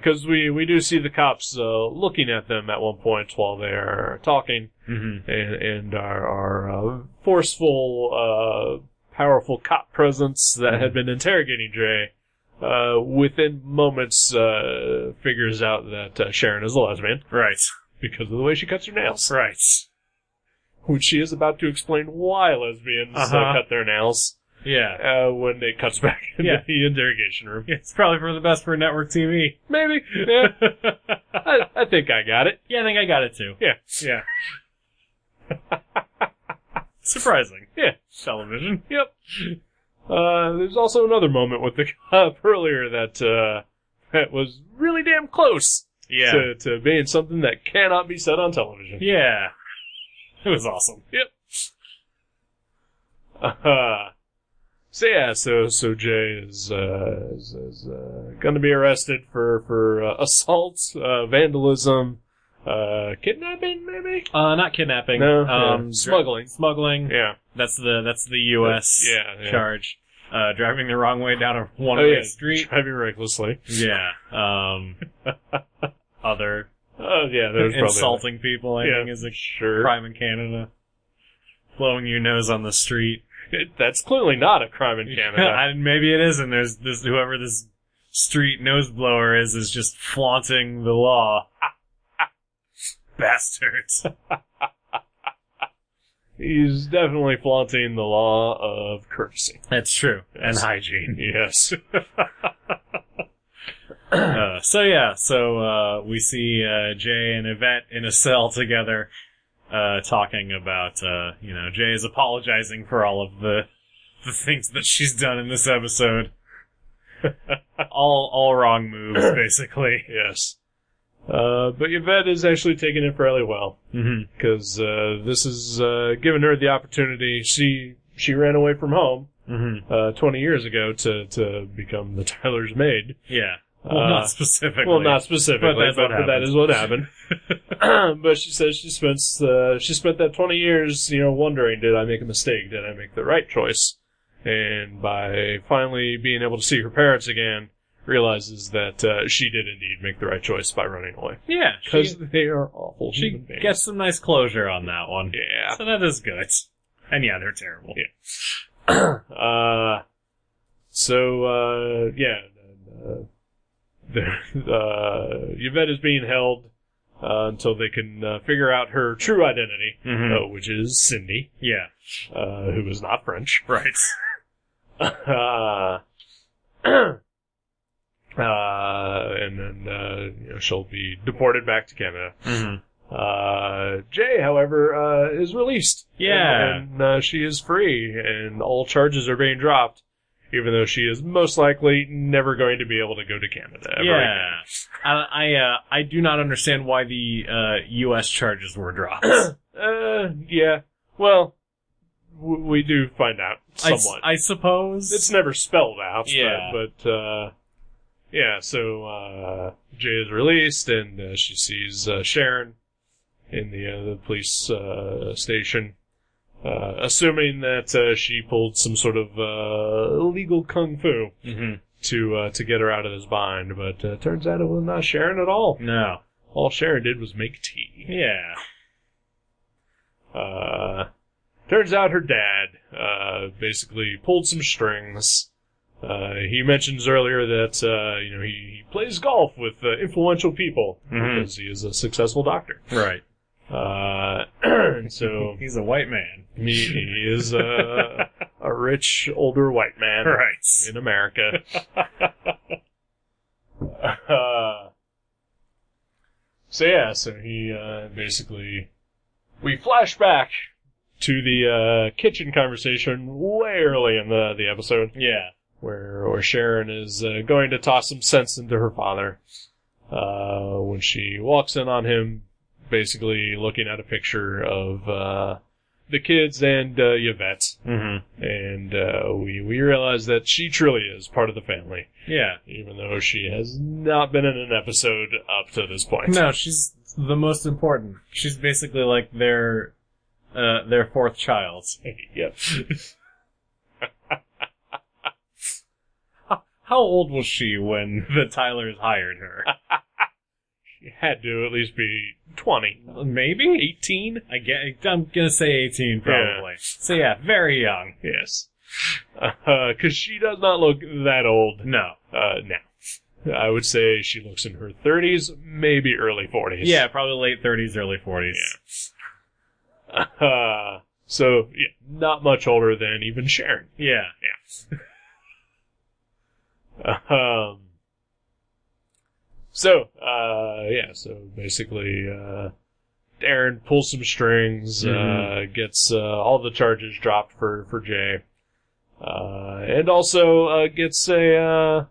Speaker 2: Because we we do see the cops uh, looking at them at one point while they're talking.
Speaker 1: Mm-hmm.
Speaker 2: and, and our, our uh, forceful, uh, powerful cop presence that
Speaker 1: Mm-hmm.
Speaker 2: had been interrogating Jay, uh, within moments, uh, figures out that uh, Sharon is a lesbian
Speaker 1: Right,
Speaker 2: because of the way she cuts her nails.
Speaker 1: right.
Speaker 2: when she is about to explain why lesbians uh,
Speaker 1: Uh-huh.
Speaker 2: cut their nails
Speaker 1: Yeah.
Speaker 2: uh, when it cuts back into
Speaker 1: Yeah.
Speaker 2: the interrogation room.
Speaker 1: It's probably for the best for network TV.
Speaker 2: Maybe. Yeah,
Speaker 1: yeah,
Speaker 2: I, I think I got it.
Speaker 1: I think I got it too.
Speaker 2: Yeah.
Speaker 1: Yeah. Surprising.
Speaker 2: Yeah.
Speaker 1: Television.
Speaker 2: Yep. Uh, there's also another moment with the cop earlier that uh, that was really damn close
Speaker 1: Yeah.
Speaker 2: to, to being something that cannot be said on television.
Speaker 1: yeah. It was awesome.
Speaker 2: Uh, so yeah, so so Jay is uh, is, is uh, going to be arrested for for uh, assault, uh, vandalism, uh, kidnapping, maybe.
Speaker 1: Uh, not kidnapping.
Speaker 2: No,
Speaker 1: um,
Speaker 2: yeah.
Speaker 1: dr-
Speaker 2: Smuggling.
Speaker 1: Smuggling.
Speaker 2: Yeah.
Speaker 1: That's the that's the U.S.
Speaker 2: Yeah, yeah.
Speaker 1: charge. Uh, driving the wrong way down a
Speaker 2: Oh
Speaker 1: one-way
Speaker 2: yeah.
Speaker 1: street.
Speaker 2: Driving recklessly.
Speaker 1: Yeah. Um, other
Speaker 2: Oh yeah, there's probably
Speaker 1: insulting people. I
Speaker 2: Yeah.
Speaker 1: think is a
Speaker 2: Sure.
Speaker 1: crime in Canada. Blowing your nose on the street.
Speaker 2: It- that's clearly not a crime in Canada.
Speaker 1: I- maybe it is, and there's this whoever this street nose blower is is just flaunting the law.
Speaker 2: Ah,
Speaker 1: Bastards.
Speaker 2: He's definitely flaunting the law of courtesy.
Speaker 1: That's true. And hygiene.
Speaker 2: Yes.
Speaker 1: Uh, so yeah, so uh, we see uh, Jay and Yvette in a cell together, uh, talking about uh, you know Jay is apologizing for all of the the things that she's done in this episode. all all wrong moves, basically.
Speaker 2: yes. Uh, but Yvette is actually taking it fairly well.
Speaker 1: hmm
Speaker 2: because uh, this is uh, giving her the opportunity. She she ran away from home
Speaker 1: hmm
Speaker 2: uh, 20 years ago to to become the Tyler's maid.
Speaker 1: Yeah. Well,
Speaker 2: Uh,
Speaker 1: not specifically.
Speaker 2: well, not specifically,
Speaker 1: But that's
Speaker 2: but,
Speaker 1: what
Speaker 2: but that
Speaker 1: happened.
Speaker 2: is what happened. but she says she spends uh, she spent that 20 years, you know, wondering, did I make a mistake? Did I make the right choice? And by finally being able to see her parents again, realizes that uh, she did indeed make the right choice by running away
Speaker 1: Yeah.
Speaker 2: because
Speaker 1: She,
Speaker 2: they are awful
Speaker 1: she
Speaker 2: human beings.
Speaker 1: gets some nice closure on that one.
Speaker 2: yeah.
Speaker 1: So that is good. And yeah, they're terrible.
Speaker 2: Yeah. Uh, so uh, yeah, uh, the- uh, Yvette is being held uh, until they can uh, figure out her true identity,
Speaker 1: Mhm.
Speaker 2: uh, which is Cindy,
Speaker 1: Yeah.
Speaker 2: uh, who is not French.
Speaker 1: Oh, Right.
Speaker 2: Uh, Uh, and then uh, you know, she'll be deported back to Canada.
Speaker 1: hmm
Speaker 2: Uh, Jay, however, uh, is released.
Speaker 1: Yeah.
Speaker 2: And, and, uh, she is free, and all charges are being dropped, even though she is most likely never going to be able to go to Canada ever again.
Speaker 1: Yeah. I I, uh, I do not understand why the uh, U.S. charges were dropped. I
Speaker 2: Uh, yeah. Well, w- we do find out
Speaker 1: s-
Speaker 2: somewhat.
Speaker 1: I, suppose.
Speaker 2: it's never spelled out, but-
Speaker 1: Yeah.
Speaker 2: but, uh, yeah, so, uh, Jay is released, and uh, she sees uh, Sharon in the, uh, the police uh, station, uh, assuming that uh, she pulled some sort of uh, illegal kung fu
Speaker 1: Mhm.
Speaker 2: to uh, to get her out of this bind, but uh, turns out it was not Sharon at all.
Speaker 1: No.
Speaker 2: All Sharon did was make tea.
Speaker 1: Yeah.
Speaker 2: Uh, turns out her dad uh, basically pulled some strings. Uh, he mentions earlier that uh, you know he, he plays golf with uh, influential people
Speaker 1: Mhm.
Speaker 2: because he is a successful doctor.
Speaker 1: Right.
Speaker 2: Uh, and so
Speaker 1: He's a white man.
Speaker 2: he, he is uh, a rich older white man
Speaker 1: Right.
Speaker 2: in America. Uh, so yeah, so he uh, basically we flash back to the uh, kitchen conversation way early in the the episode
Speaker 1: Yeah.
Speaker 2: where where Sharon is uh, going to toss some sense into her father uh, when she walks in on him, basically looking at a picture of uh, the kids and uh, Yvette,
Speaker 1: Mm-hmm.
Speaker 2: and uh, we we realize that she truly is part of the family
Speaker 1: Yeah.
Speaker 2: even though she has not been in an episode up to this point.
Speaker 1: No, she's the most important. She's basically like their uh, their fourth child.
Speaker 2: yep.
Speaker 1: How old was she when the Tylers hired her?
Speaker 2: She had to at least be 20.
Speaker 1: Maybe 18. I get. I'm gonna say 18 probably. So yeah, very young.
Speaker 2: Yes. Because she does not look that old
Speaker 1: No.
Speaker 2: uh, now. I would say she looks in her 30s, maybe early 40s.
Speaker 1: Yeah, probably late 30s, early 40s.
Speaker 2: Uh, so yeah, not much older than even Sharon.
Speaker 1: Yeah.
Speaker 2: Um, so, uh, yeah, so basically, uh, Darren pulls some strings, uh,
Speaker 1: Mhm.
Speaker 2: gets, uh, all the charges dropped for, for Jay, uh, and also, uh, gets a, uh,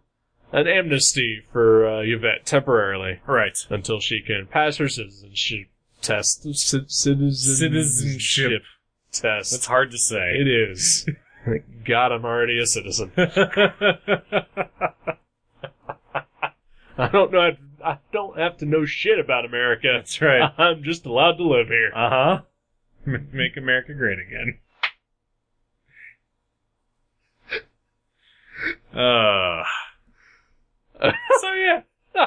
Speaker 2: an amnesty for, uh, Yvette temporarily
Speaker 1: Right.
Speaker 2: until she can pass her citizenship test. Ci- Citizenship,
Speaker 1: Citizenship.
Speaker 2: test.
Speaker 1: That's hard to say.
Speaker 2: It is. God, I'm already a citizen. I don't know. I, I don't have to know shit about America.
Speaker 1: That's right.
Speaker 2: I'm just allowed to live here.
Speaker 1: Uh huh. Make America great again. Uh. so yeah,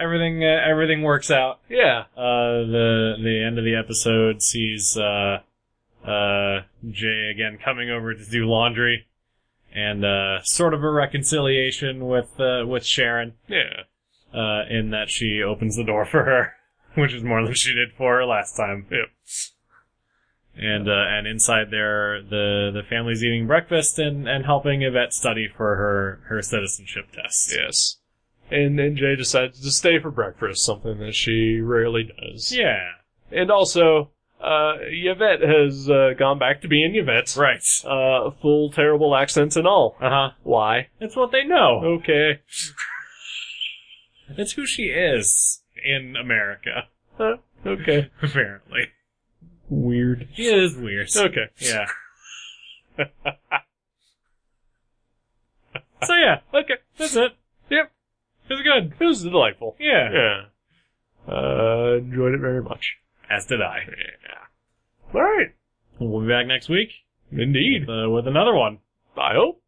Speaker 1: everything uh, everything works out.
Speaker 2: Yeah.
Speaker 1: Uh, the the end of the episode sees uh, uh, Jay again coming over to do laundry, and uh, sort of a reconciliation with uh, with Sharon,
Speaker 2: Yeah.
Speaker 1: uh, in that she opens the door for her, which is more than she did for her last time.
Speaker 2: Yep.
Speaker 1: And uh, and inside there, the the family's eating breakfast and and helping Yvette study for her her citizenship test.
Speaker 2: Yes. And then Jay decides to stay for breakfast, something that she rarely does.
Speaker 1: Yeah.
Speaker 2: And also, uh, Yvette has uh, gone back to being Yvette.
Speaker 1: Right.
Speaker 2: Uh, full terrible accents and all.
Speaker 1: Uh huh.
Speaker 2: Why?
Speaker 1: It's what they know.
Speaker 2: Okay.
Speaker 1: That's who she is in America,
Speaker 2: Huh, Uh, okay.
Speaker 1: apparently.
Speaker 2: Weird.
Speaker 1: She is weird.
Speaker 2: Okay.
Speaker 1: Yeah. so yeah,
Speaker 2: Okay.
Speaker 1: that's it.
Speaker 2: Yep.
Speaker 1: It was good.
Speaker 2: It was delightful.
Speaker 1: Yeah.
Speaker 2: Yeah. Uh, enjoyed it very much.
Speaker 1: As did I.
Speaker 2: Yeah. All right.
Speaker 1: We'll be back next week
Speaker 2: Indeed.
Speaker 1: with, uh, with another one.
Speaker 2: I hope.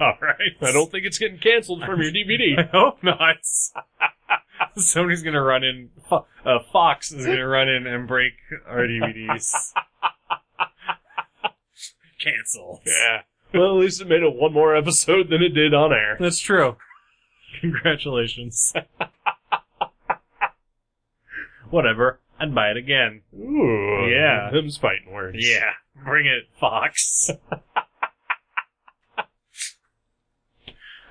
Speaker 1: All right.
Speaker 2: I don't think it's getting canceled from your
Speaker 1: I
Speaker 2: DVD.
Speaker 1: hope not. Somebody's gonna run in. Fo- Uh, Fox is gonna run in and break our DVDs. Cancel.
Speaker 2: yeah. Well, at least it made it one more episode than it did on air.
Speaker 1: That's true. Congratulations. Whatever. I'd buy it again.
Speaker 2: Ooh.
Speaker 1: Yeah.
Speaker 2: Them's fighting words.
Speaker 1: Yeah. Bring it, Fox.
Speaker 2: All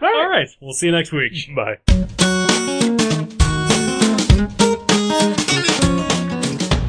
Speaker 2: right.
Speaker 1: All right. We'll see you next week.
Speaker 2: Bye.